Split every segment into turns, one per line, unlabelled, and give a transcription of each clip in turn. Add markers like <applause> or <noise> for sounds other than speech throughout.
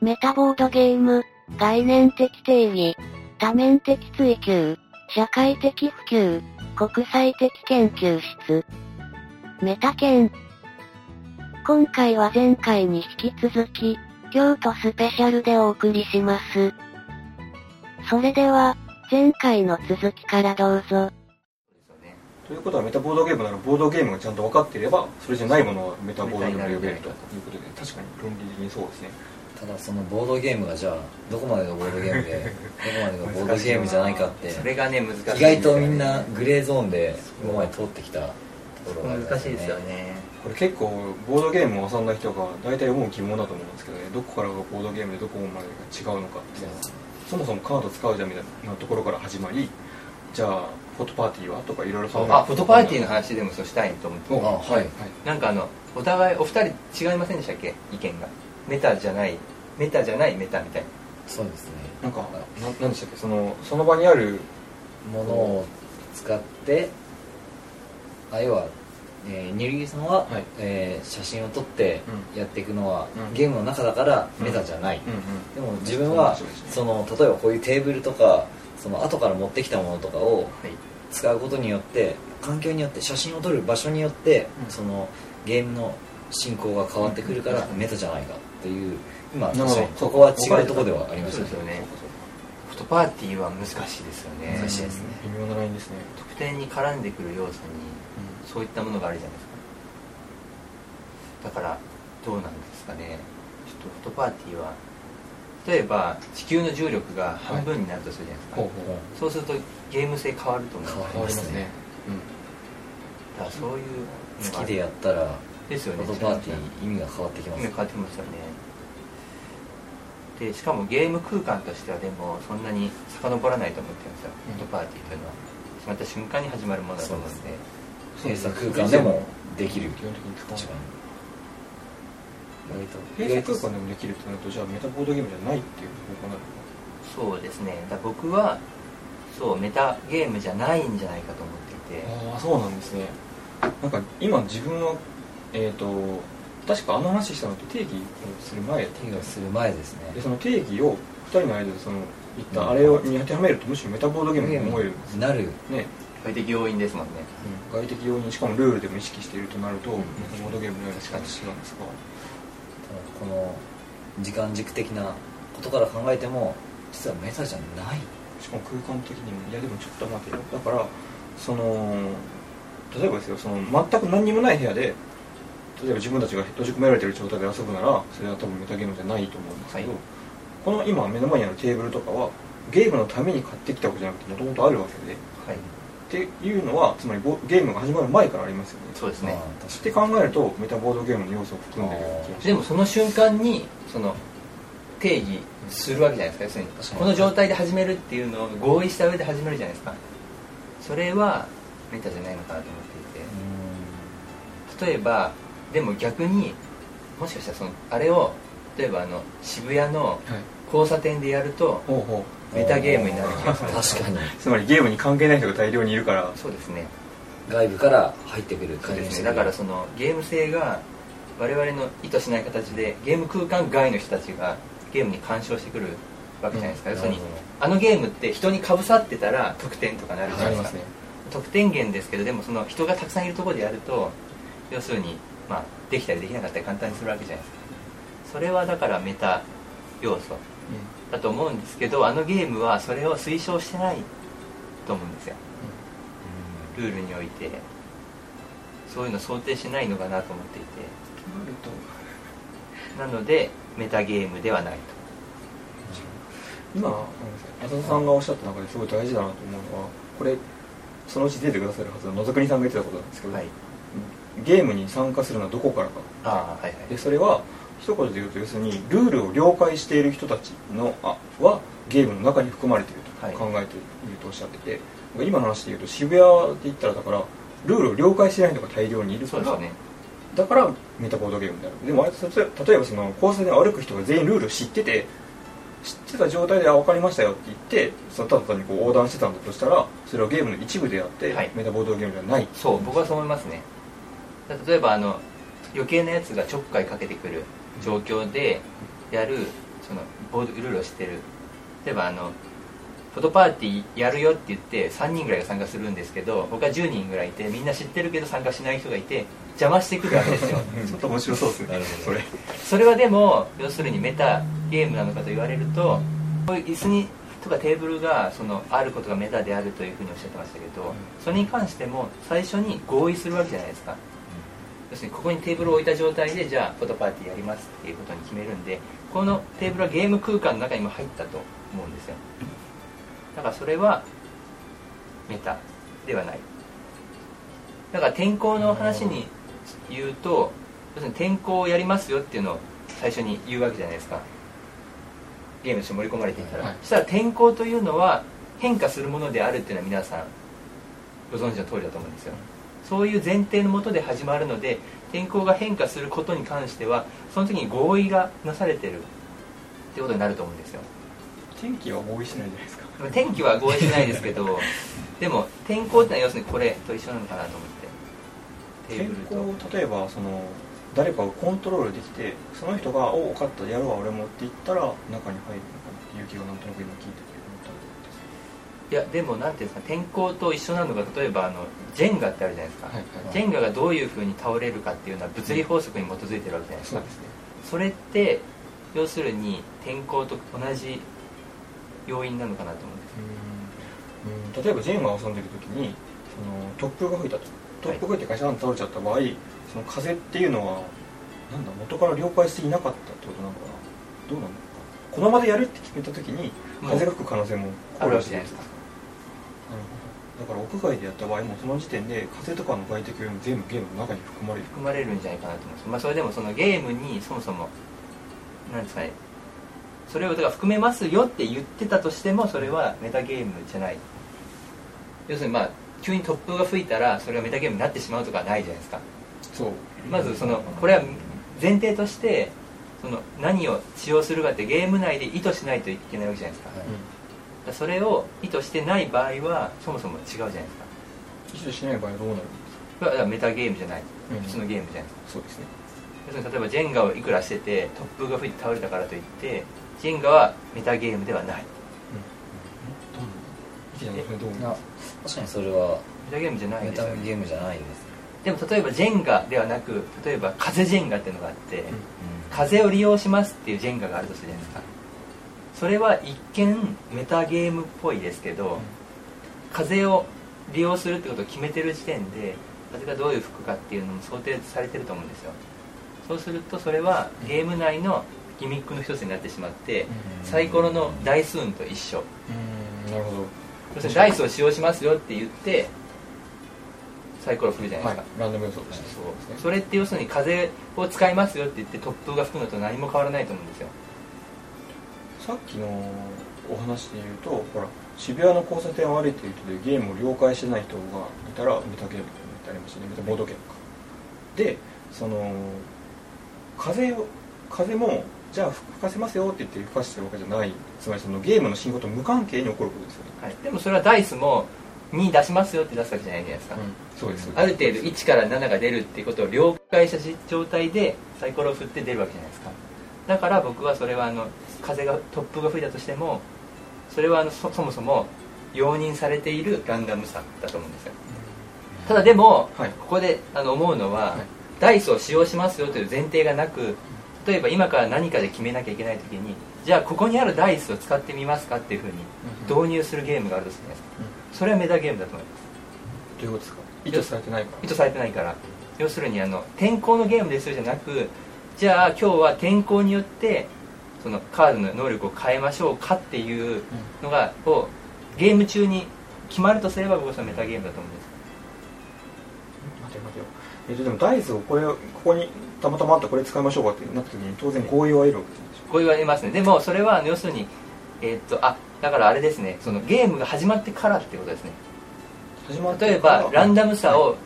メタボードゲーム、概念的定義、多面的追求、社会的普及、国際的研究室。メタ研。今回は前回に引き続き、京都スペシャルでお送りします。それでは、前回の続きからどうぞ。
ということはメタボードゲームならボードゲームがちゃんと分かっていればそれじゃないものはメタボードゲームで呼べるということで確かに論理的にそうですね
ただそのボードゲームがじゃあどこまでがボードゲー
<laughs>
ムでどこまでがボードゲームじゃないかって
それがね難しいんですよ
意
ね
外とみんなグレーゾーンで今まで通ってきたところがありま
難しいですよ
ね
ね
これ結構ボードゲームを遊んだ人が大体思う疑問だと思うんですけどねどこからがボードゲームでどこまでが違うのかっていうのはそもそもカード使うじゃんみたいなところから始まりじゃあフォトパーティーはとかいろいろそう
あフォトパーティーの話でもそうしたいと思って
あはい
なんかあのお互いお二人違いませんでしたっけ意見がメタじゃないメタじゃないメタみたいな
そうですね
なんかななんでしたっけそのその場にある
ものを使ってあ要は、えー、ニルギさん
は
は、
い
えー写真を撮って
う
やっていくのは、
うん
ゲームの中だからメタじゃない、
うんうん
でも自分は
そうですね
その例えばこういうテーブルとかその後から持ってきたものとかを
はい
使うことによって環境によって写真を撮る場所によって、
うん
そのゲームの進行が変わってくるから、
うん
メタじゃないかっていう今
なるほど
確かにここは違うところではありまし
そう
た
ですよね
そうかそ
フォト
うか
パーティーは難しいですよね
難しいですね
微妙なラインですね、
得点に絡んでくる要素にそういったものがあるじゃないですかだからどうなんですかねちょっとフォトパーティーは例えば地球の重力が半分になるとするじゃないですか、そ
ほうほう
うするとゲーム性変わると思う
変わる
変わりますね、
だからそういうのが
月でやったら
です
フ
よね
ォトパーティー意味が変わってきます
今変わってきますよねでしかもゲーム空間としてはでもそんなに遡らないと思ってるんですよ、
うん
フォトパーティーというのは決まった瞬間に始まるものだと思うん
そう
で
で
うん
閉鎖空間でもできる
基本的に使わない
確かに
閉
意
鎖
外と
空間でもできるってなるとじゃあメタボードゲームじゃないっていう方
そ
向になる
うですねだから僕はそうメタゲームじゃないんじゃないかと思っていて
のかああそうなんですねなんか今自分はえっ、と確かあの話したのって定義をする前
手をする前ですね
でその定義を2人の間でその言っ
うん
たあれをに当てはめるとむしろメタボードゲームに思えるんです
なる
ね
外的要因ですもんね
外的要因しかもルールでも意識しているとなると、
うん
メタボードゲームのような形なんですが
この時間軸的なことから考えても実はメタじゃない
しかも空間的にもいやでもちょっと待てよだからその例えばですよその全く何にもない部屋で例えば自分たちが閉じ込められてる状態で遊ぶならそれは多分メタゲームじゃないと思うんですけど、
はい
この今目の前にあるテーブルとかはゲームのために買ってきたわけじゃなくてもともとあるわけで
はい
っていうのはつまりボゲームが始まる前からありますよね
そうです
ま
ね、
あ
って考えるとメタボードゲームの要素を含んでるような気がし
でもその瞬間にその定義するわけじゃないですか要
確
す
か
るに
に
この状態で始めるっていうのを合意した上で始めるじゃないですかそれはメタじゃないのかなと思っ
う
ていて例えばでも逆にもしかしたらそのあれを例えばあの渋谷の
はい
交差点でやると
ほうほ
ーん
メタゲームになる気がする
確かに
うつまりゲームに関係ない人が大量にいるから
そうですね
外部から入ってくる
そう
感じ
ですねだからそのゲーム性が我々の意図しない形でゲーム空間外の人たちがゲームに干渉してくるわけじゃないですか、
うん
要するに
なるほど
あのゲームって人にかぶさってたら得点とかなるじゃ
あ
ない
り
で
ます
か、
すね
得点源ですけどでもその人がたくさんいるところでやると要するに、まあ、できたりできなかったり簡単にするわけじゃないですかそれはだからメタ要素だと思うんですけどあのゲームはそれを推奨してないと思うんですよルールにおいてそういうの想定しないのかなと思っていて
となると
なのでメタゲームではないと
今ごめんなさい浅田さんがおっしゃった中ですごい大事だなと思うのはこれそのうち出てくださるはずの野田国さんが言ってたことなんですけど、
はい
ゲームに参加するのはどこからか
ああはい
で
は
それは一言で言うと要するにルールを了解している人たちのあはゲームの中に含まれている
はい
と考えているとおっしゃってて、今の話で言うと渋谷って言ったらだからルールを了解してない人が大量にい
い
るか
そう
ら
ですよね
だからメタボードゲームであるでもあれ例え例えばその交差点を歩く人が全員ルールを知ってて知ってた状態で「あ分かりましたよ」って言ってそのただ単にこう横断してたんだとしたらそれはゲームの一部であって、
はい
メタボードゲームではない
そう僕はそう思いますねだ例えばあの余計なやつがちょっかいかけてくる状況でやるそのボードルールを知ってる例えばあのフォトパーティーやるよって言って3人ぐらいが参加するんですけど他10人ぐらいいてみんな知ってるけど参加しない人がいて邪魔してくるわけですよ
ちょっと面白そうですね
なるほど
それ
それはでも要するにメタゲームなのかと言われるとこういう椅子にとかテーブルがそのあることがメタであるというふうにおっしゃってましたけど、
うん
それに関しても最初に合意するわけじゃないですか、要するにここにテーブルを置いた状態でじゃあフォトパーティーやりますっていうことに決めるんでこのテーブルはゲーム空間の中にも入ったと思うんですよだからそれはメタではないだから天候の話に言うと要するに天候をやりますよっていうのを最初に言うわけじゃないですかゲームとして盛り込まれていたら、
はい
そしたら天候というのは変化するものであるっていうのは皆さんご存知の通りだと思うんですよそういう前提のもとで始まるので天候が変化することに関してはその時に合意がなされてるってことになると思うんですよ
天気は合意しないじゃないですか
まあ天気は合意しないですけ
<laughs>
どでも天候ってのは要するにこれと一緒なのかなと思ってテー
天
ブル
候
と
を例えばその誰かをコントロールできてその人が「おお分かったやるわ俺も」って言ったら中に入るのかなっていう気がなんとなく今聞いてて思ったんです
いやでもなんていうんですか天候と一緒なのが例えばあのジェンガってあるじゃないですか、
はいはい
ジェンガがどういうふうに倒れるかっていうのは物理法則に基づいてるわけじゃないですか、
すね
それって要するに天候と同じ要因なのかなと思うんです
うんうん例えばジェームが遊んでる時にその突風が吹いたと突風が吹いてガシャンと倒れちゃった場合、その風っていうのはなんだ元から了解していなかったってことなのかなどうなのかなこの場でやるって決めた時に
もう
風が吹く可能性も
あるわけじゃないです
か
か
なるほどだから屋外でやった場合もその時点で風とかの外敵よりも全部ゲームの中に含まれる
含まれるんじゃないかなと思うんですまあそれでもそのゲームにそもそもなんですかねそれをだから含めますよって言ってたとしてもそれはメタゲームじゃない要するにまあ急に突風が吹いたらそれがメタゲームになってしまうとかはないじゃないですか
そう
まずそのこれは前提としてその何を使用するかってゲーム内で意図しないといけないわけじゃないですか,、
はい
それを意図してない場合はそもそも違うじゃないですか
意識しない場合はどうなるんで
これはだからメタゲームじゃない
うん
普通のゲームじゃないですか
すかそうですね
要するに例えばジェンガをいくらしてて突風が吹いて倒れたからといってジェンガはメタゲームではない
どうなる意識じゃなくてどう
い
思う
や確かにそれは
メタゲームじゃない
メ
ですよ
タ
ね
ゲームじゃないですね
でも例えばジェンガではなく例えば風ジェンガっていうのがあって、
ん
風を利用しますっていうジェンガがあるとするじゃないですかそれは一見メタゲームっぽいですけど、
うん
風を利用するってことを決めてる時点で風がどういう吹くかっていうのも想定されてると思うんですよそうするとそれはゲーム内のギミックの一つになってしまって、サイコロの台数と一緒
うんなるほど
要するにダイスを使用しますよって言ってサイコロ振るじゃないですか、
ランダム予想として
そ
そうですね
うそれって要するに風を使いますよって言って突風が吹くのと何も変わらないと思うんですよ
さっきのお話で言うとほら渋谷の交差点を歩いている人でゲームを了解してない人がいたらメタゲームってありましたねメタボードゲームかでその風を風もじゃあ吹かせますよって言って吹かしてるわけじゃないつまりそのゲームの進行と無関係に起こることですよね、
はい、でもそれはダイスも2出しますよって出すわけじゃないじゃないですか、
そうです
ある程度1から7が出るってことを了解した状態でサイコロを振って出るわけじゃないですかだから僕はそれはあの風が突風が吹いたとしてもそれはあのそそもそも容認されているランダムさだと思うんですよただでも、
はい
ここであの思うのは、
はい
ダイスを使用しますよという前提がなく例えば今から何かで決めなきゃいけない時にじゃあここにあるダイスを使ってみますかっていうふうに
どう
導入するゲームがあるとするじゃないですかそれはメタゲームだと思います
どういうことですか意図されてないから
意図されてないから要するにあの天候のゲームですよじゃなくじゃあ今日は天候によってそのカードの能力を変えましょうかっていうのがをゲーム中に決まるとすれば僕はそのメタゲームだと思うんです
待てよ待てよえっとでもダイスをこれをここにたまたまあったこれ使いましょうかってなった時に当然合意は得るわけじゃないでしょ
こう言われますねでもそれはあの要するにえーっとあだからあれですねそのゲームが始まってからってことですね
始まって
例えばランダムさを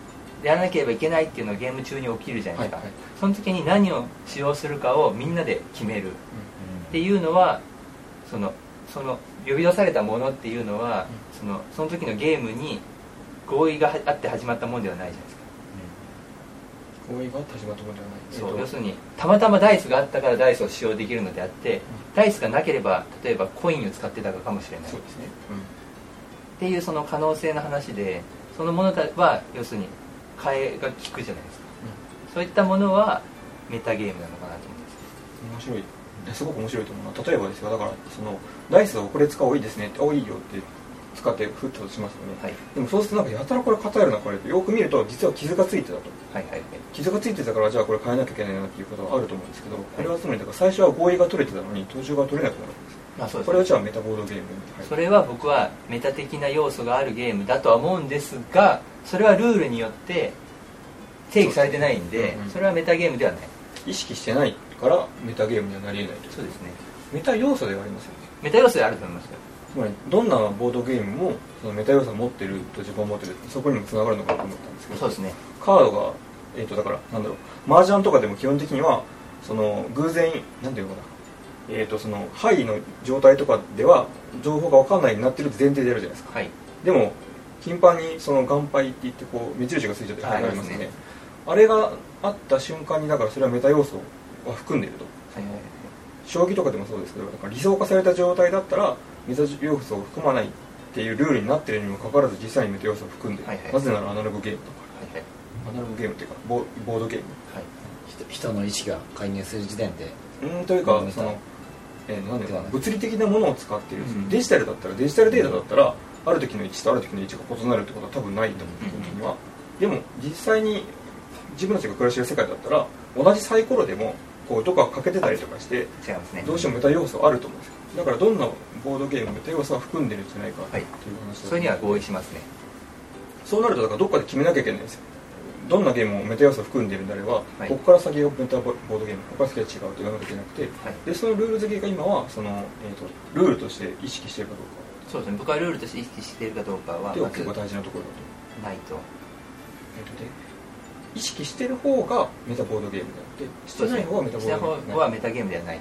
やらなければいけないっていうのがゲーム中に起きるじゃないですか、
はいはい
その時に何を使用するかをみんなで決めるっていうのはそのその呼び出されたものっていうのは、そのその時のゲームに合意がはあって始まったもんではないじゃないですか
行為が立ちまとめではない
そう、
えっと
要するにたまたまダイスがあったからダイスを使用できるのであって、ダイスがなければ例えばコインを使ってたかもしれない
そうですね、
っていうその可能性の話でそのものたは要するに替えが効くじゃないですか、そういったものはメタゲームなのかなと思うんです
うん、面白いすごく面白いと思うのは例えばですよだからそのダイスをこれ使おういいですねってあいいよって使ってフッとしますよね、
はい
でもそうするとなんかやたらこれ硬いなこれってよく見ると実は傷がついてたと
はいはいはい
傷がついてたからじゃあこれ変えなきゃいけないなっていうことはあると思うんですけどこれはつまりだから最初は合意が取れてたのに途中が取れなくなるんです
まあそうです
これはじゃあメタボードゲームに入
そ
る
れは僕はメタ的な要素があるゲームだとは思うんですがそれはルールによって定義されてないんで
そうですね
それはメタゲームではない
意識してないからメタゲームにはなり得ないと
そうですね
メタ要素ではありますよね
メタ要素であると思いますよ
つまりどんなボードゲームもそのメタ要素を持ってると自分を持ってるそこにもつながるのかなと思ったんですけど
そうですね
カードがえっ、とだからなんだろう麻雀とかでも基本的にはその偶然なんていうのかなえっ、とその範囲の状態とかでは情報が分かんないようになってるって前提でやるじゃないですか
はい
でも頻繁にその眼配って言ってこう目印がついちゃって
はい
あります
ありま
よ
す
ね
ね
あれがあった瞬間にだからそれはメタ要素は含んでいると
はいはい
将棋とかでもそうですけどだから理想化された状態だったらメタ要素を含まないっていうルールになってるにもかかわらず実際にメタ要素を含んでる、
はいはい
なぜならアナログゲームだか
はい
らアナログゲームっていうかボボードゲーム
はい
人人の意識が介入する時点で
うんというか
うん
その、えー、なんで
ではない
物理的なものを使ってる、
うん
デジタルだったらデジタルデータだったらある時の位置とある時の位置が異なるってことは多分ないと思う
うん
基本的には、でも実際に自分たちが暮らしてる世界だったら同じサイコロでもこうどこか欠けてたりとかして
違いますね
どうしてもメタ要素あると思うんですよだからどんなボードゲームメタ要素は含んでるんじゃないかっていう話だと思う
それには合意しますね
そうなるとだからどっかで決めなきゃいけないんですよどんなゲームもメタ要素を含んでるんであれば、
はい
ここから先がメタボードゲームここから先は違うと言わなきゃいけなくて
はい
でそのルール付けが今はその、えー、とルールとして意識してるかどう
そうですね僕はルールとして意識しているかどうか
か
は
っていうの
ま
が結
ず
構大事なところだと、
ないと
えーとで意識してる方がメタボードゲームであってしてない方はメタボ
しな
ードゲームで
い
は
方
ない
はメタゲームではない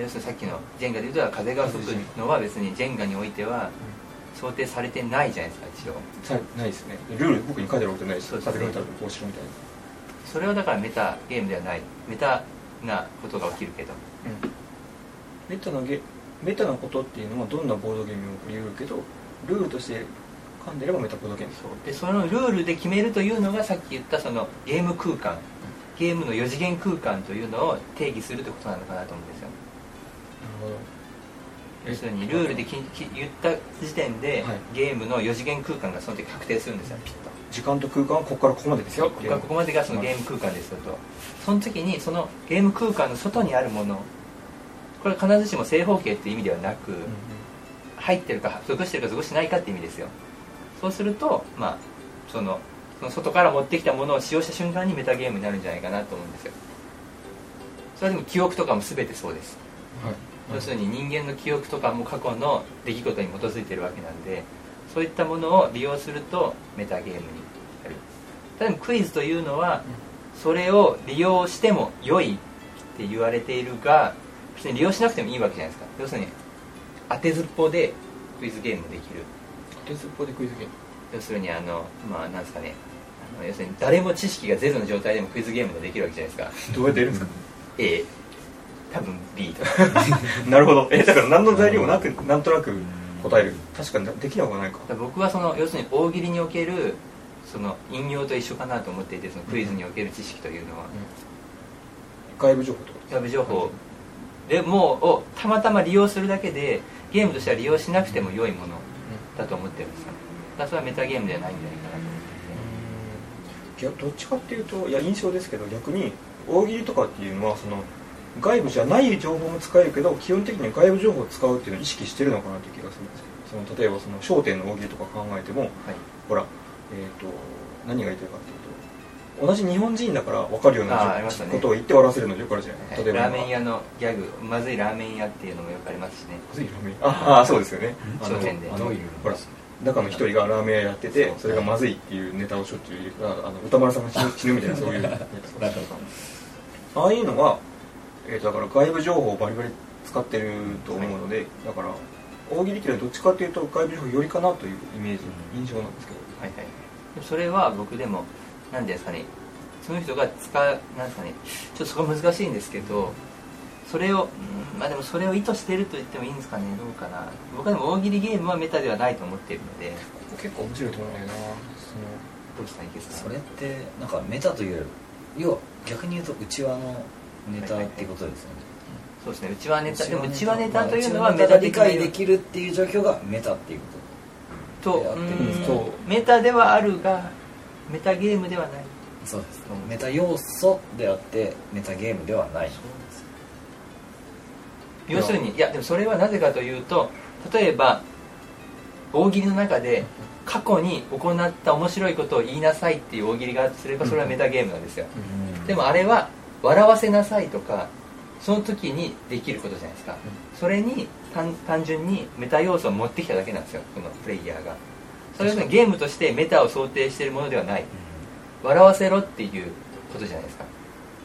要するにさっきのジェンガで言うと風が吹くのは別にジェンガにおいては想定されてないじゃないですか一応
さないですねルール僕に書いてあることないし
そう
建
ですね
てられたらこうしろみたいな
それはだからメタゲームではないメタなことが起きるけど
メタのゲメタなことっていうのはどんなボードゲームにも言うけどルールとして噛んでればメタボードゲーム
でそのルールで決めるというのがさっき言ったそのゲーム空間ゲームの4次元空間というのを定義するってことなのかなと思うんですよ
ほど
要するにルールできき言った時点で、
はい
ゲームの4次元空間がその時確定するんですよピッと
時間と空間はここからここまでですよ
ここがここまでがそのゲーム空間ですよとその時にそのゲーム空間の外にあるものこれ必ずしも正方形っていう意味ではなく、
うん
入ってるか属してるか属してないかって意味ですよそうするとまあそのその外から持ってきたものを使用した瞬間にメタゲームになるんじゃないかなと思うんですよそれはでも記憶とかも全てそうです
はい
要するに人間の記憶とかも過去の出来事に基づいてるわけなんでそういったものを利用するとメタゲームになるただクイズというのはそれを利用しても良いって言われているが別に利用しなくてもいいわけじゃないですか要するに当てずっぽうでクイズゲームできる
レスポでクイズゲーム
要するにあのまあなんですかねあの要するに誰も知識がゼロの状態でもクイズゲームができるわけじゃないですか
どうやってやるんですか
A 多分 B とか
<laughs> なるほどえだから何の材料もなくなんとなく答える確かにできなくはないか
だから僕はその要するに大喜利におけるその引用と一緒かなと思っていてそのクイズにおける知識というのは
外部情報ってこと
ヤブ情報でもうをたまたま利用するだけでゲームとしては利用しなくても良いものだと思ってるんですよだからそれはメタゲームではないんじゃないかなと思
いやどっちかっていうといや印象ですけど逆に大喜利とかっていうのはその外部じゃない情報も使えるけど基本的に外部情報を使うっていうのを意識してるのかなっていう気がするんですけどその例えばその焦点の大喜利とか考えても
はい
ほら、えー、と何が言いたいかっていうと同じ日本人だから分かるよう
あーあり
な
ましたね
ことを言って終わらせるのよくあるじゃない、
はいラーメン
ま
屋のギャグまずいラーメン屋っていうのもよくありますしね
あまずいラーメンああーそうですよねあの
商店で
あ
ど
の
ういう
ほら中の一人がラーメン屋やってて
そう
それがまずいっていうネタをしょっちゅう入れてああの歌丸さんが死 <laughs> ぬ死ぬみたいなそういうやつ
なんか
ああいうのは、えーとだから外部情報をバリバリ使ってると思うので、だから大喜利っていうのはどっちかっていうと外部情報よりかなというイメージ印象なんですけど
はいはい、それは僕でも何ですかねその人が使うなんですかねちょっとそこ難しいんですけどそれを、うんまあでもそれを意図してると言ってもいいんですかねどうかな僕はでも大喜利ゲームはメタではないと思っているので
ここ結構面白いと思うんだよなその
どうしたらいいです
そ
か
れってなんかメタという要は逆に言うとうちわのネタってことですよね
そうですねうちはネタでもうち
内
は
輪
ネタというの
まあ
は
内輪
メ
ネタ
タ
が理
的な
解できるっていう状況がメタっていうこと
と
やってるんです
ね
うんメタではあるがメタゲームではない
そうですメタ要素であってメタゲームではない
要するにいやでもそれはなぜかというと例えば大喜利の中で過去に行った面白いことを言いなさいっていう大喜利があるとすればそれはメタゲームなんですよ、でもあれは笑わせなさいとかその時にできることじゃないですか、それに単単純にメタ要素を持ってきただけなんですよこのプレイヤーがそれはゲームとしてメタを想定しているものではない笑わせろっていうことじゃないですか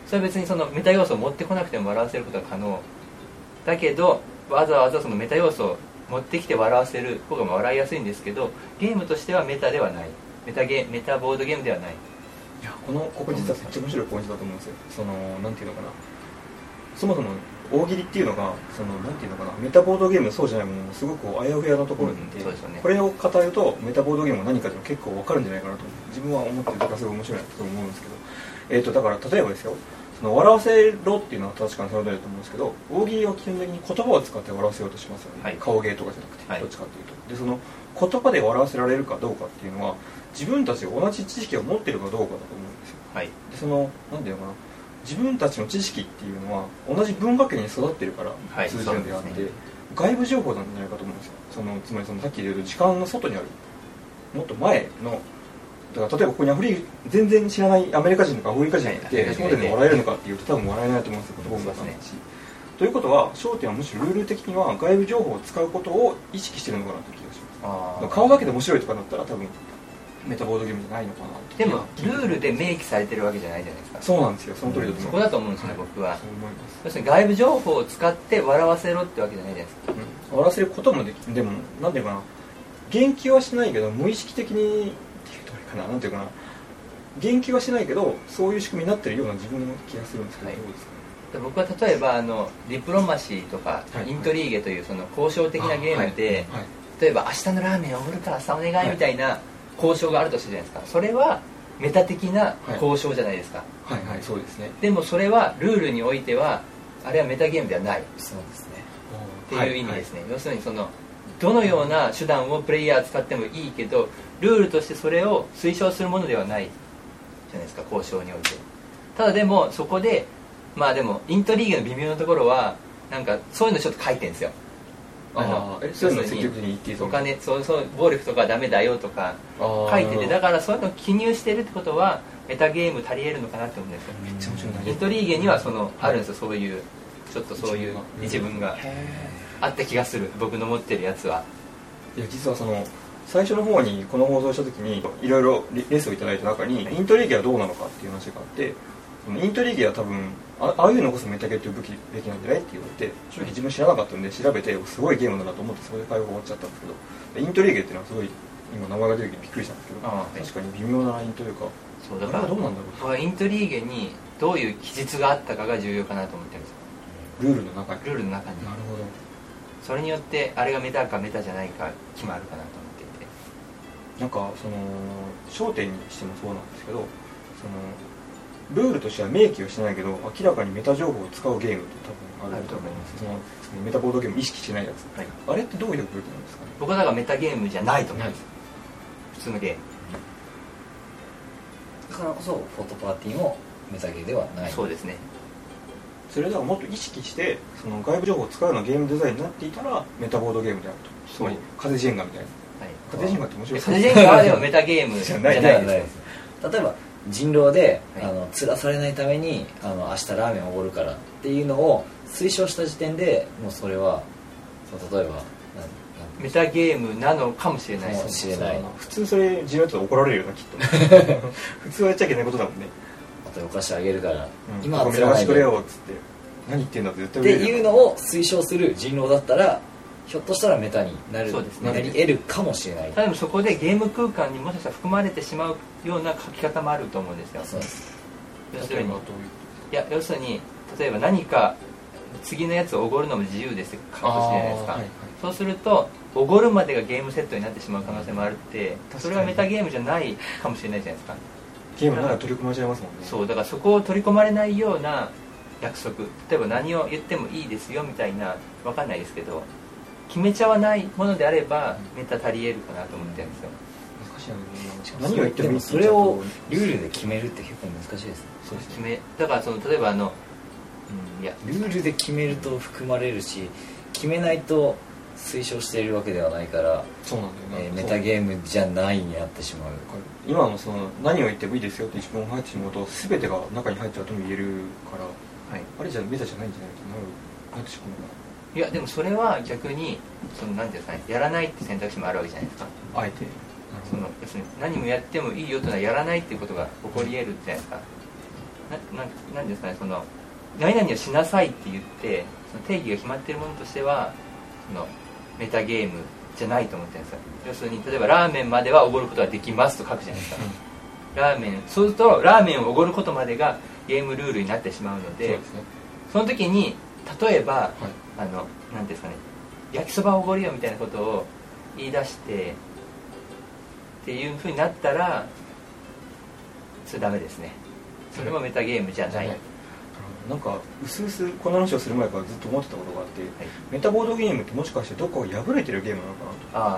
それは別にそのメタ要素を持ってこなくても笑わせることは可能だけどわざわざそのメタ要素を持ってきて笑わせる方がまあ笑いやすいんですけどゲームとしてはメタではないメタゲメタボードゲームではない
いやこのここ実はめっちゃ面白いポイントだと思うんですよそのなんていうのかなそもそも大喜利っていうのがそのなんていうのかなメタボードゲームそうじゃないものもすごくこうあやふやなところにいて、
うんそうですよね
これを語るとメタボードゲームは何かっていうの結構わかるんじゃないかなと自分は思ってるとかすごい面白いなと思うんですけどえっ、とだから例えばですよその笑わせろっていうのは確かにその通りだと思うんですけど大喜利は基本的に言葉を使って笑わせようとしますよね、
はい
顔芸とかじゃなくて、
はい
どっちかっていうとでその言葉で笑わせられるかどうかっていうのは自分たちが同じ知識を持ってるかどうかだと思うんですよ
はい
でその何ていうのかな自分たちの知識っていうのは同じ文化圏に育ってるから
はい
通じるんであって、
そうですね
外部情報なんじゃないかと思うんですよそのつまりそのさっきで言うと時間の外にあるもっと前のだから例えばここにアフリ全然知らないアメリカ人とかアフリカ人がい
はい
て
はい
そこでね笑えるのかっていうと多分笑えないと思うんですよ音楽
そう
の
で
話ということは焦点はむしろルール的には外部情報を使うことを意識してるのかなって気がしますだから顔だけで面白いとかだったら多分メタボードゲームじゃないのかなって
でもルールで明記されてるわけじゃないじゃないですか
そうなんですよその通りだと
そ
思い
こ
ます
だと思うんですね、僕は
そう思います、
要するに外部情報を使って笑わせろってわけじゃないじゃないですか
終わらせることもできでもなんていうかな言及はしないけど無意識的にっていうとあれかななんていうかな言及はしないけどそういう仕組みになってるような自分の気がするんですけど、
はい
どうですかね
で僕は例えばあのディプロマシーとか、
はい
イントリーゲというその交渉的なゲームで、
あはい
例えば明日のラーメンおごるからさお願いみたいな交渉があるとするじゃないですかそれはメタ的な交渉じゃないですか、
はいはい、はいそうですね
でもそれはルールにおいてはあれはメタゲームではないっ
そうですね
ていう意味ですね、要するにそのどのような手段をプレイヤー使ってもいいけどルールとしてそれを推奨するものではないじゃないですか交渉においてただでもそこでまあでもイントリーゲの微妙なところはなんかそういうのちょっと書いてるんですよ
はいあーえそういうの
要する
積
に
極的に言っていいと
お
思う
金そうそう暴力とかはダメだよとか書いててだからそういうのを記入してるってことはメタゲーム足りえるのかなって思うんですよ
めっちゃ面白いな
イントリーゲにはそのあるんですよそういうちょっとそういう一文があった気がする僕の持ってるやつはい
や実はその最初の方にこの放送した時にいろいろレレッスンをいただいた中にイントリーゲはどうなのかっていう話があってそのイントリーゲは多分あああいうのこそメタゲっていう武器べきなんじゃないって言われて正直自分知らなかったんで調べてすごいゲームだなと思ってそれで会話が終わっちゃったんですけどでイントリーゲっていうのはすごい今名前が出てきてびっくりしたんですけど
ああ
確かに微妙なラインというか
そう
あ
だ
れ
か
は
ら
どうなんだ
僕
ろ
はイントリーゲにどういう記述があったかが重要かなと思ってるんですよ
うルールの中に
ルールの中に
なるほど
それによってあれがメタかメタじゃないか決まるかなと思っていて
なんかその焦点にしてもそうなんですけどそのルールとしては明記はしてないけど明らかにメタ情報を使うゲームって多分あると思いますそのそのメタボードゲーム意識してないやつ、
はい
あれってどういうルールなんですかね
僕はだからメタゲームじゃないと思うんです普通のゲーム
だからこそフォトパーティーもメタゲーではない
そうですね
それではもっと意識してその外部情報を使うようなゲームデザインになっていたらメタボードゲームであるとつまり風ジェンガみたいな
はい
風ジェンガって面白い
それで側ではメタゲームじゃない
じゃ
で
ない
す
です例えば人狼で、
はい
あの釣らされないためにあの明日ラーメンおごるからっていうのを推奨した時点でもうそれはそう例えばなん
メタゲームなのかもしれない
かもしれない
そう普通それ自分やったら怒られるよなきっと普通はやっちゃいけないことだもんね、
なん例えばお菓子あげるから、
うん、
今は
ごめ
釣
ん
ら
流
な
し
い
く
で
れよっつって何言ってんだって絶対
っ
言わ
て
れるよ
いうのを推奨する人狼だったらひょっとしたらメタになる
そうですね
なり得るかもしれない
ただでもそこでゲーム空間にもしかしたら含まれてしまうような書き方もあると思うんですよ
そうです
要するに
例えばどういう
いや要するに例えば何か次のやつをおごるのも自由ですかもしれないですか、
あーはいはい
そうするとおごるまでがゲームセットになってしまう可能性もあるって
確かに
それはメタゲームじゃないかもしれないじゃないですか
ゲームなら取り組まれちゃいますもんね
そうだからそこを取り込まれないような約束例えば何を言ってもいいですよみたいなわかんないですけど決めちゃわないものであればメタ足りえるかなと思ってるんですよ
難しいよね
何
何
を
を
言
言
っ
ってて
も
もいい
それをルールで決めるって結構難しいですね
そうです
決
ね
めだからその例えばあの、うん、いや
ルールで決めると含まれるし決めないと推奨しているわけではないから、
そうなんだよ
え
ね
ーメタゲームじゃないになってしまう
今のその何を言ってもいいですよって一文入ってしまうと全てが中に入っちゃうとも言えるから
はい
あれじゃメタじゃないんじゃないかななってしまうのか
いやでもそれは逆にそのなんていうんですかねやらないって選択肢もあるわけじゃないですか
なあえて
その要するに何もやってもいいよというのはやらないっていうことが起こり得るじゃないですかななんなんですかねその何々をしなさいって言ってその定義が決まっているものとしてはそのメタゲームじゃないと思ってるんですよ要するに例えばラーメンまではおごることはできますと書くじゃないですかラーメンそうするとラーメンをおごることまでがゲームルールになってしまうの
そう
で
ですね
その時に例えば
はい
あのなんていうんですかね焼きそばおごるよみたいなことを言い出してっていうふうになったらそれダメですねそれもメタゲームじゃない、はい
あのなんかうすうすこの話をする前からずっと思ってたことがあってメタボードゲームってもしかしてどこかが破れてるゲームなのか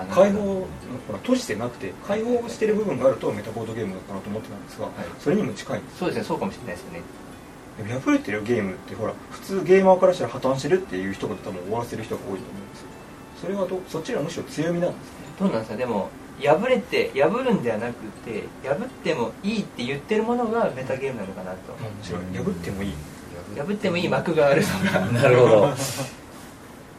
あ
なと
あな
開
るほど
放ほら閉じてなくて開放してる部分があるとメタボードゲームだったなと思ってたんですが、それにも近いんです
そうですねそうかもしれないですよね
でも破れてるゲームってほら普通ゲーマーからしたら破綻してるっていう一言で多分終わらせる人が多いと思うんですよそれはどそっちがむしろ強みなんですね
どうなんですかでも破れて破るんではなくて破ってもいいって言ってるものがメタゲームなのかなと、
面白い破ってもいい
破ってもいい幕があるのが
なるほ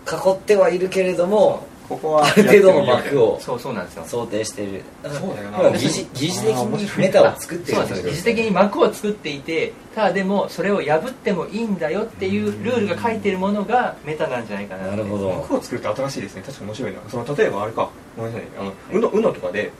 ど囲ってはいるけれども
ここは
ある程度の幕を
そうそうなんですよ
想定している
そうだよな
まあ疑似疑似的
あー面
に
白い
メタを作ってい
そう
る
なんですよ自主的に幕を作っていてただでもそれを破ってもいいんだよっていうルールが書いてるものがメタなんじゃないかな
なるほ
ど、
ど
幕を作るって新しいですね確かに面白いなその例えばあれかごめんなさいねあの UNO, UNO とかで
はい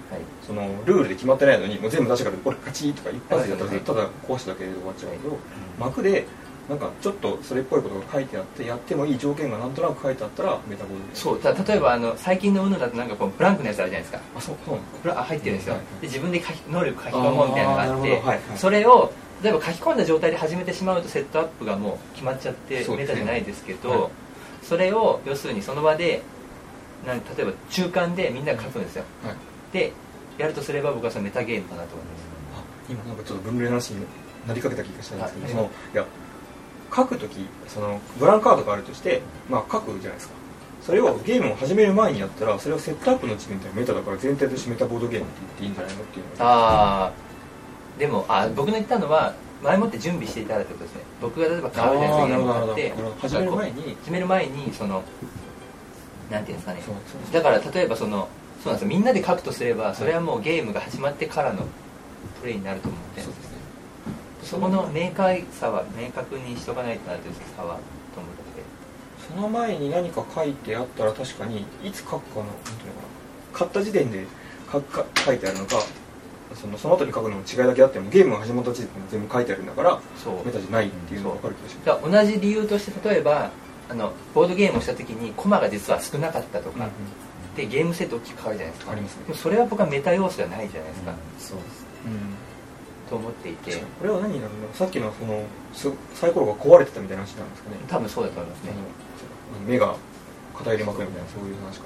そのルールで決まってないのにもう全部出したから俺勝ちとか一発でやったら
はい
ただ壊しただけで終わっちゃうけど幕でなんかちょっとそれっぽいことが書いてあってやってもいい条件がなんとなく書いてあったらメタボードゲーム
そうただ例えばあの最近の UNO だとなんかこうブランクのやつあるじゃないですか
あそうそうなの
ブラあ入ってるんですよ
はいはい
で自分で書き能力書き込もうみたいなのがあっ
あーな
て
るほどはいはい
それを例えば書き込んだ状態で始めてしまうとセットアップがもう決まっちゃって
そう
メ
ですね
タじゃないですけど
はい
それを要するにその場でなん例えば中間でみんなが書くんですよ
はい
でやるとすれば僕はそのメタゲームかなと思います
あ今なんかちょっと分類の話になりかけた気がしたんですけど、
あ
そのいや書くときそのブランカードがあるとして、まあ、書くじゃないですかそれをゲームを始める前にやったらそれをセットアップの時点でメタだから全体としてメタボードゲームって言っていいんじゃないのっていうのが
ああでもあ僕の言ったのは前もって準備していたらってことですね僕が例えば買うじゃないですかゲームを買って
あーなるほどなるほど始める前に
こう始める前にそのなんていうんですかね
そうそうそう
だから例えばそのそうなんですよみんなで書くとすればそれはもうゲームが始まってからのプレイになると思うんで
そうですね
そこの明快さは明確にしとかないとなという差はと思って
その前に何か書いてあったら確かにいつ書くかななんていうのかな買った時点で書くか書いてあるのかそのその後に書くのの違いだけあってもゲームが始まった時点で全部書いてあるんだから
そう
メタじゃないっていうのが分かる気がします
だから同じ理由として例えばあのボードゲームをした時にコマが実は少なかったとか、でゲームセット大きく変わるじゃないですか
ありますね
でもそれは僕はメタ要素じゃないじゃないですか、
そうです
うん
と思っていて
これは何になるんだろうさっきのそのすサイコロが壊れてたみたいな話なんですかね
多分そうだと思いますね
あの目が偏りまくるみたいなそういう話か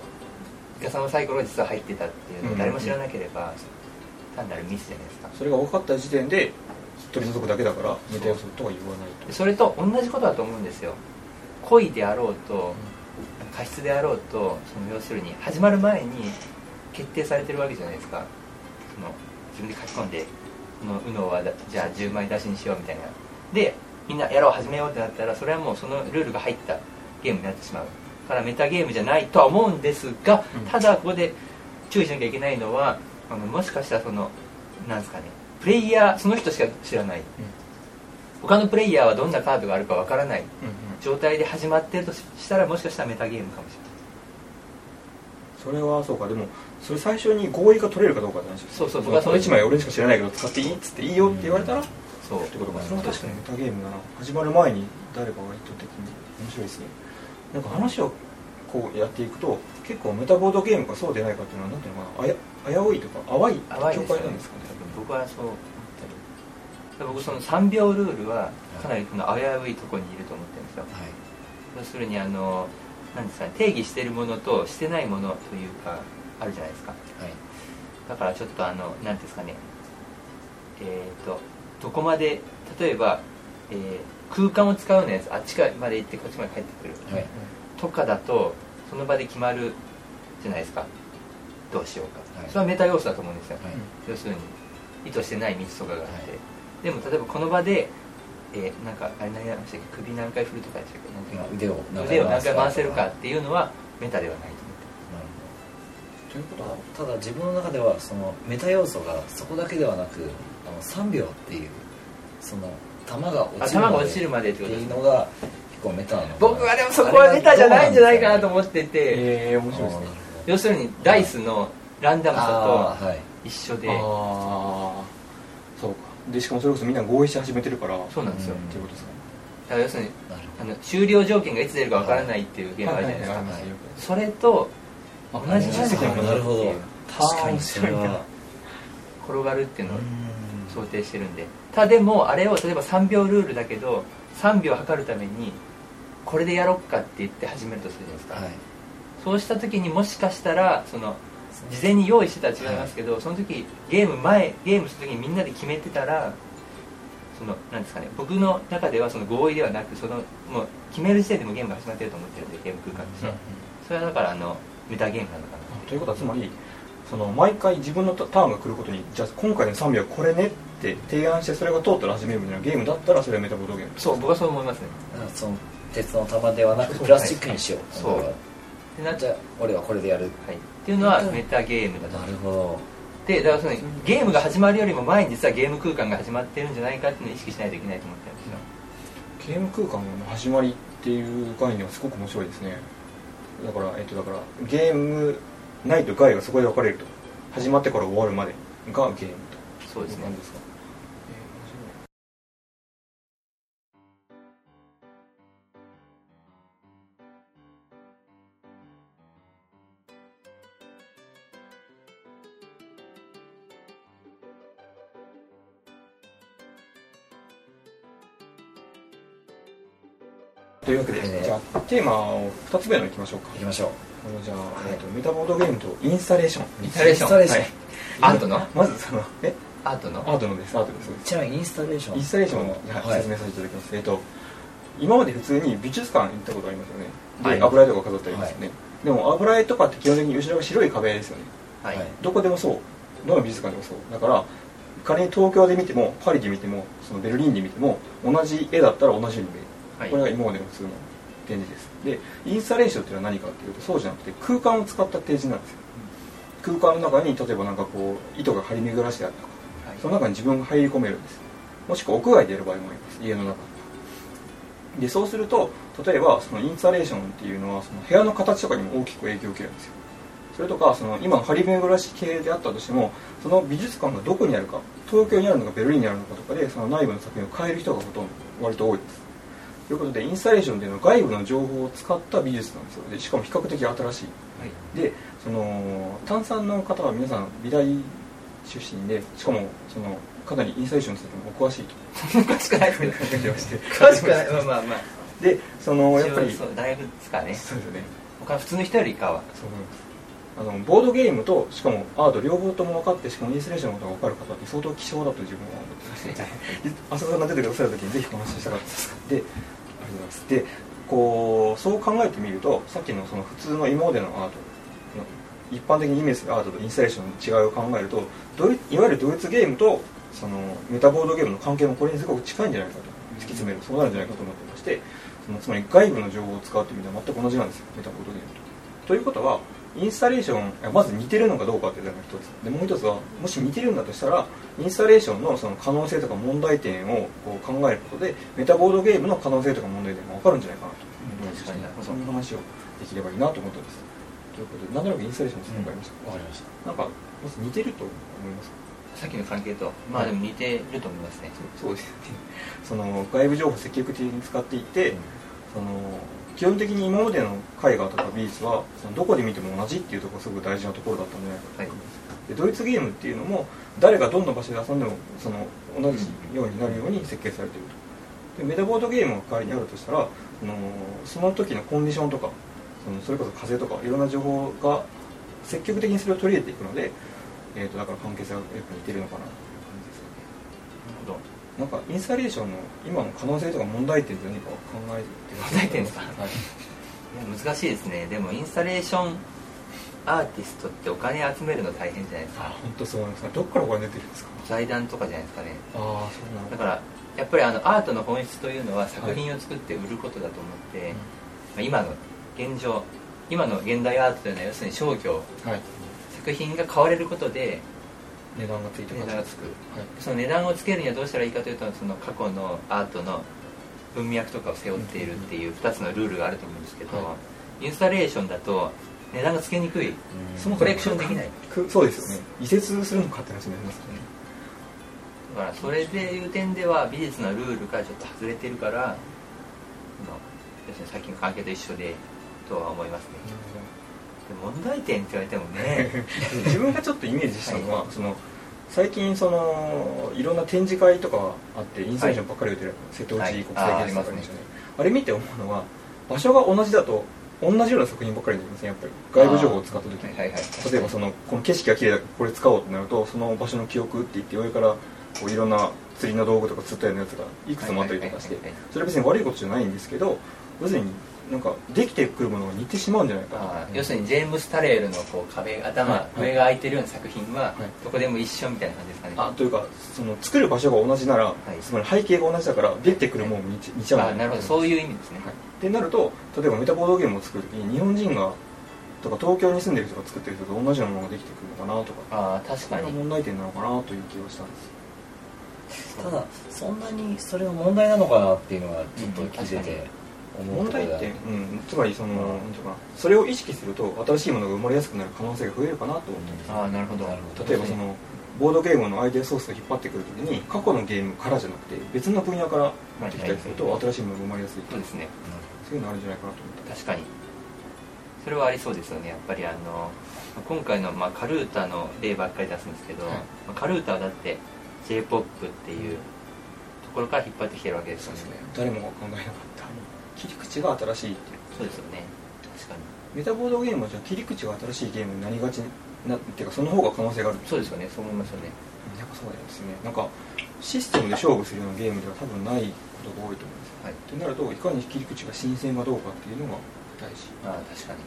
イカさんのサイコロが実は入ってたっていうの
う
を
ん
誰も知らなければ、単なるミスじゃないですか
それが分かった時点で取り除くだけだからメタ予想とは言わない
で
と
それと同じことだと思うんですよ恋であろうと過失であろうとその要するに始まる前に決定されてるわけじゃないですかその自分で書き込んでこの「うのはだじゃあ10枚出しにしよう」みたいなでみんなやろう始めようってなったらそれはもうそのルールが入ったゲームになってしまうだからメタゲームじゃないとは思うんですが
うん
ただここで注意しなきゃいけないのはあのもしかしたらそのなんですかねプレイヤーその人しか知らない、他のプレイヤーはどんなカードがあるかわからない
うんうん
状態で始まってるとししたらもしかしたらメタゲームかもしれない
それはそうかでもそれ最初に合意が取れるかどうかって話です
そうそう
そ
僕はそ
のそうの1枚俺しか知らないけど使っていいっつっていいよって言われたら
そう
ってことか
うん
それは確かにメタゲームだな始まる前に誰かが意図的に面白いですねなんか話をこうやっていくと結構メタボードゲームかそうでないかっていうのはなんていうのかなあや危ういとか淡いって
淡い
境
ですよ
界な
ね
んですかね
僕はそう思ってる僕その3秒ルールはかなりこの危ういところにいると思ってるんですよ
はい
要するにあのなんですかね定義してるものとしてないものというかあるじゃないですか
はい
だからちょっとあの何ですかねえっ、とどこまで例えば、えー空間を使うようなやつあっちまで行ってこっちまで帰ってくる、
はい
とかだとその場で決まるじゃないですかどうしようか、
はい
それはメタ要素だと思うんですよ、
はい
要するに意図してない道とかがあって、
はい
でも例えばこの場で、えーなんかあれ何やりましたっけ首何回振るとかでしたっけなんていう
ま
の
あ腕
腕
を
を何回回せる
な
か
る
っていうのはメタではないと
ということ
ほ
は
どただ自分の中ではそのメタ要素がそこだけではなくあの3秒っていうその弾
思
が
って
落ちる
頭が
まで
落ちるまでっ
ってて
ことで
い
すね
うのが結構メタなのかな
僕はでもそこはメタじゃないんじゃないかなと思ってて、
ええ面
あ
白いですね
れがどうなんですかね
要するにダイスのランダム
あ
さ
ーはい
と一緒で
ああそうかでしかもそれこそみんな合意して始めてるからっ
そうなんですよ、
うん
ていうことですか
だから要するに
なる
あの終了条件がいつ出るかわからないっていうゲームあるじゃないですか、
はいはいはいあります
そ
よ
れと
あ
同じ面積の
あなるほど確かにそれ
あー面白い
は
な
転がるっていうのを
うん
想定してるんでただでもあれを例えば3秒ルールだけど3秒測るためにこれでやろっかって言って始めるとするじゃないですか、
はい
そうした時にもしかしたらその事前に用意してたら違いますけど、その時ゲーム前ゲームする時にみんなで決めてたらそのなんですかね僕の中ではその合意ではなくそのもう決める時点でもうゲームが始まってると思ってるんでゲーム空間として、それはだからあのメタゲームなのかな
ということはつまりその毎回自分のタターンが来ることにじゃあ今回の3秒これねって提案してそれが通ったら始めるみたいなゲームだったらそれはメタボードゲーム
そう僕はそう思いますね
だからその鉄の玉ではなくプラスチックにしよう
そう
今度は
ってなっち
じ
ゃ
ゃあ俺はこれでやる
う、はい、っていうのはメタゲームだと
なるほ
でだからそのゲームが始まるよりも前に実はゲーム空間が始まってるんじゃないかっていうのを意識しないといけないと思ってるんですよ
ゲーム空間の始まりっていう概念はすごく面白いですねだからえっとだからゲームないと外がそこで分かれると始まってから終わるまでがゲームと
そうですね
なんですかというわけで、
えー
じゃあテーマを2つ目のいきましょうか
ど行きましょう
あのじゃあ、えっとメタボードゲームとインスタレーション
インスタレーション
インスタレーション
はい
アートの
まずそのえ
アートの
アートのですアートですそうです
ちなみにインスタレーション
インスタレーションを
は
説
い
明させていただきます、えっと今まで普通に美術館行ったことありますよねで、
はい
油絵とか飾ってありますよね、でも油絵とかって基本的に後ろが白い壁ですよね
はい、
はい
どこでもそうどの美術館でもそうだから仮に東京で見てもパリで見てもそのベルリンで見ても同じ絵だったら同じように見える、
はい
これが今までの普通の展示ですでインスタレーションっていうのは何かっていうとそうじゃなくて空間を使った展示なんですよ、空間の中に例えばなんかこう糸が張り巡らしてあるとか
はい
その中に自分が入り込めるんですもしくは屋外でやる場合もあります家の中でそうすると例えばそのインスタレーションっていうのはその部屋の形とかにも大きく影響を受けるんですよそれとかその今の張り巡らし系であったとしてもその美術館がどこにあるか東京にあるのかベルリンにあるのかとかでその内部の作品を変える人がほとんど割と多いですということでインスタレーションっていうのは外部の情報を使った美術なんですよでしかも比較的新しい
はい
でその炭酸の方は皆さん美大出身でしかもそのかなりインスタレーションについてもお詳しいと
詳しくないですけど
感じして
詳しくないまあまあまあ
でそのやっぱり
一応
そ
そうう大学ですから
で
ね
すよね
他の普通の人よりかは
そう思いますあのボードゲームとしかもアート両方とも分かってしかもインスタレーションのことが分かる方って相当希少だと自分は思ってまして浅田さんが出てくださる時にぜひお話ししたかったですでありがとうございますでこうそう考えてみるとさっきのその普通の今までのアートの一般的にイメージするアートとインスタレーションの違いを考えるとドイいわゆるドイツゲームとそのメタボードゲームの関係もこれにすごく近いんじゃないかと突き詰めるそうなるんじゃないかと思ってましてそのつまり外部の情報を使うという意味では全く同じなんですよメタボードゲームと。ということはインスタレーションえまず似てるのかどうかっていうのが一つでもう一つはもし似てるんだとしたらインスタレーションのその可能性とか問題点をこう考えることでメタボードゲームの可能性とか問題点が分かるんじゃないかなと思いました
確かに
そんな話をできればいいなと思ったんですということで何となくインスタレーションの説明がありました
わかりまし
なんかまず似てると思います
さっきの関係とまあでも似てると思いますね、
そうですねその外部情報を積極的に使っていて、その基本的に今までの絵画とか美術はそのどこで見ても同じっていうところがすごく大事なところだったんじゃないかと
はい
でドイツゲームっていうのも誰がどんな場所で遊んでもその同じようになるように設計されているとでメタボードゲームが代わりにあるとしたらあのその時のコンディションとかそのそれこそ風とかいろんな情報が積極的にそれを取り入れていくので、えー、とだから関係性がやっぱ似てるのかなって感じですね
なるほど
なんかインスタレーションの今の可能性とか問題点って何か考えてください
問題点ですか
はい
いや難しいですねでもインスタレーションアーティストってお金集めるの大変じゃないです
あ
か
本当そうなんですかどっからお金出てるんですか
財団とかじゃないですかね
ああそうなの
だからやっぱりあのアートの本質というのは作品を作って売ることだと思って、まあ今の現状今の現代アートというのは要するに商業
はい
作品が買われることで
値段がついて
値
ます
段が
は
つくその値段をつけるにはどうしたらいいかというとその過去のアートの文脈とかを背負っているっていう2つのルールがあると思うんですけど、
は
インスタレーションだと値段がつけにくい
うん
そも
コレクションできない
いそうですよね移設するのかって話になりますよね
だからそれでいう点では美術のルールからちょっと外れてるからあの要するにさっきの関係と一緒でとは思いますねで問題点って言われても
<laughs>
ね
自分がちょっとイメージしたのは、
は
その最近そのいろんな展示会とかあってインスタレーションばっかり売ってる、瀬戸内国際芸術祭とかありましたねあれ見て思うのは場所が同じだと同じような作品ばっかりになりませんやっぱり外部情報を使った時に、
はいはいはい
例えばそのこの景色が綺麗だからこれ使おうってなるとその場所の記憶って言って上からこういろんな釣りの道具とか釣ったようなやつがいくつもあったりとかして
はいはいはいはい
それは別に悪いことじゃないんですけど要するになんかできてくるものが似てしまうんじゃないかな
あー要するにジェームス・タレールのこう壁頭、
はいはい
上が開いてるような作品は、
い
どこでも一緒みたいな感じですかね
あというかその作る場所が同じなら、
い
つまり背景が同じだから出てくるものも似ち似ちゃうんじゃ
あ
い
なるほどそういう意味ですね、
はいってなると例えばメタボードゲームを作る時に日本人がとか東京に住んでる人が作ってる人と同じようなものができてくるのかなとか
ああ確
そ
か
れが
に
問題点なのかなという気がしたんですよ
ただそんなにそれが問題なのかなっていうのはちょっと聞いてて思
問
うところ
題
が
点、うん、つまりその、
うん
なんていうかなそれを意識すると新しいものが生まれやすくなる可能性が増えるかなと思ったんですよ
ああなるほど
なるほど
例えばそのボードゲームのアイデアソースを引っ張ってくるときに過去のゲームからじゃなくて別の分野から持ってきたりする
はいは
と
い
新しいものが生まれやすい
そうですね
そういうのあるんじゃないかなと思って
確かにそれはありそうですよねやっぱりあの今回の、まあ、カルータの例ばっかり出すんですけど、
はい
まあカルータはだって j p o p っていうところから引っ張ってきてるわけですよね
誰もが考えなかった切り口が新しいっていう
そうですよね確かに
メタボードゲームはじゃあ切り口が新しいゲームになりがちなっていうかその方が可能性があるんです
そうですよねそう思いますよね
やっぱそうですねなんかシステムで勝負するようなゲームでは多分ないことが多いと思うんですよ
はい
となるといかに切り口が新鮮かどうかっていうのが大事
ああ確かに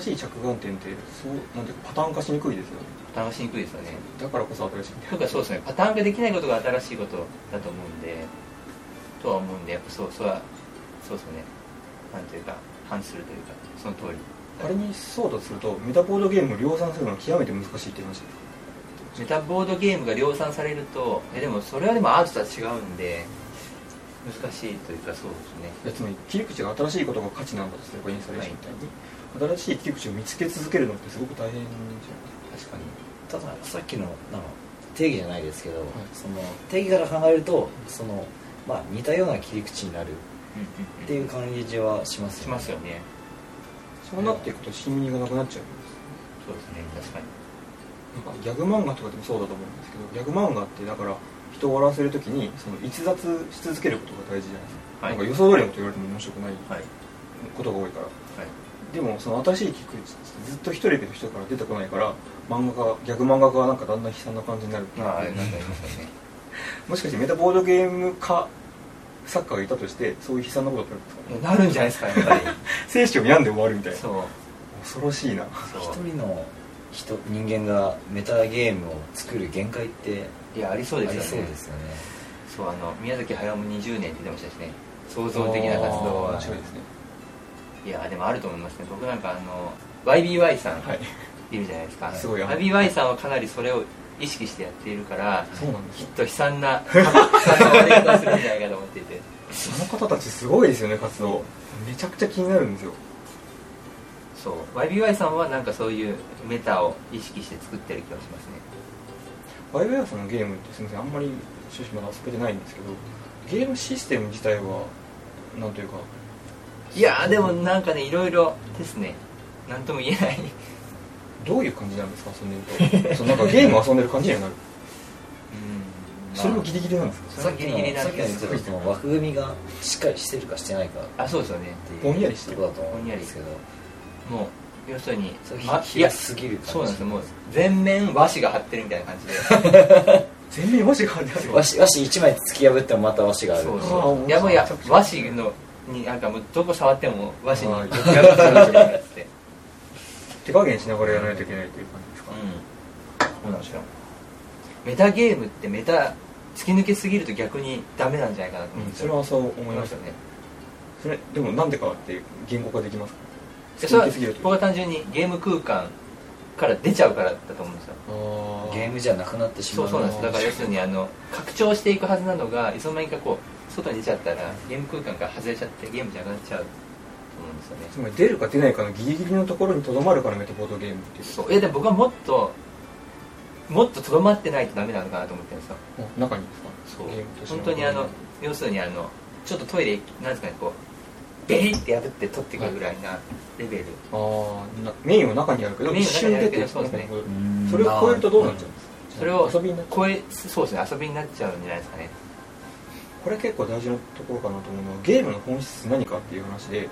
新しい着眼点ってそうなんていうかパターン化しにくいですよね
楽しにくいですよね
だからこそ新しいみたい
とかそうですねパターン化できないことが新しいことだと思うんでとは思うんでやっぱそうそうはそうですよねなんというか反するというかその通り
なあれにそうだとするとメタボードゲームを量産するのは極めて難しいって話です
メタボードゲームが量産されるとえでもそれはでもアートとは違うんで難しいというかそうですね
いやつまり切り口が新しいことが価値なんだとすればインスタレーションみたいに、新しい切り口を見つけ続けるのってすごく大変じゃない
確かに
たださっきのなんか定義じゃないですけど、
い
その定義から考えるとその、まあ、似たような切り口になるっていう感じはします
しますよね
そうなっていくと親民がなくなっちゃうんです
そうですね確かに
なんかギャグ漫画とかでもそうだと思うんですけどギャグ漫画ってだから人を笑わせるときにその逸脱し続けることが大事じゃないですか,、
はい
なんか予想通りのこと言われても面白くない
はい
ことが多いから
はい
でもその新しい切り口ってずっと一人の人から出てこないから漫画家ギャグ漫画家がなんかだんだん悲惨な感じになる
まああれなんかありますよね
もしかしてメタボードゲーム化サッカーがいたとしてそういう悲惨なことってあるんですか
い
ね
や <laughs> なるんじゃないですかやっぱり
生死を病んで終わるみたいな
そう
恐ろしいな
そ
一
う
人の人人間がメタゲームを作る限界って
いやありそ
あ
う
り
ですよね
そうですよね
そうあの宮崎駿も20年って出ましたしね創造的な活動
あー
は
面白いですね
いやでもあると思いますね僕なんかあの YBY さん
はい
いるじゃないですか、
すごいあの
YBY さんはかなりそれを意識してやっているから
そうなんです
きっ
よ
と悲惨な <laughs> 悲惨な終わり方をするんじゃないかと思っていて
その方たちすごいですよね活動めちゃくちゃ気になるんですよ
そう YBY さんはなんかそういうメタを意識して作ってる気がしますね
ワイウェアさんのゲームってすみませんあんまり正直まだ遊べてないんですけどゲームシステム自体はなんというか
いやーでもなんかねいろいろですねなんとも言えない
どういう感じなんですか遊んでるとそのなんかゲーム遊んでる感じになるそれもギリギリなんですか
さっき
ギリギリ
の
なん
さっきの
で
言っ
す
てたその枠組みがしっかりしてるかしてないかっ
あそうですよね
ていう
ぼんやりしてる
とこだと思うんですけど
もう要するに
それ
まい
ひ
や
やすぎる感じ
そうなんですよもう全面和紙が張ってるみたいな感じで
全面和紙があるんですよ
和紙和紙一枚突き破ってもまた和紙がある
そう
あー
そ
面白
う
い
いやもういや和紙のになんかもうどこ触っても和紙に
あー
ギャグされてる <laughs> やつって
手加減しながらやらないといけないという感じですか、
うんそうなんですよメタゲームってメタ突き抜けすぎると逆にダメなんじゃないかなと思うん
うん
です
それ
よ、
はそう
思
思い
い
ま
まし
し
たた
ね
ね
それでもなんでかって言語化できますか
でそれは
突き抜けすぎると
僕は単純にゲーム空間から出ちゃうからだと思うんですよ
あ
ゲームじゃなくなってしま
そううそうなんです
な
だか
るほど
ら要するにあの拡張していくはずなのがいつの間にかこう外に出ちゃったらゲーム空間から外れちゃってゲームじゃなくなっちゃうと思うんですよね
つまり出るか出ないかのギリギリのところにとどまるからメタボードゲームっていう
そうえで僕はもっともっととどまってないとダメなのかなと思ってるんですよ
あ中にですか
そう
ゲームとして
本当にあの要するにあのちょっとトイレなんですかねこうベリって破って取ってくるぐらいなレベル、
あーなメインは中にあるけど
メイン
一
は中
瞬
にあ
出
るけど
て
そうですね
中に戻る
ん
それを超えるとどうなっちゃうんですか
それを
遊びになっちゃう
超えそうですね遊びになっちゃうんじゃないですかね
これ結構大事なところかなと思うのはゲームの本質何かっていう話で、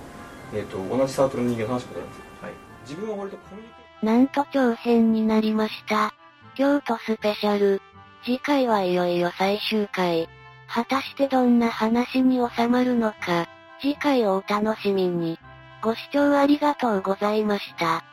えー、と同じサークルの人間の話したことあるんですよ
はい
自分は割とコミュニケーション
なんと長編になりました。京都スペシャル。次回はいよいよ最終回。果たしてどんな話に収まるのか。次回をお楽しみに。ご視聴ありがとうございました。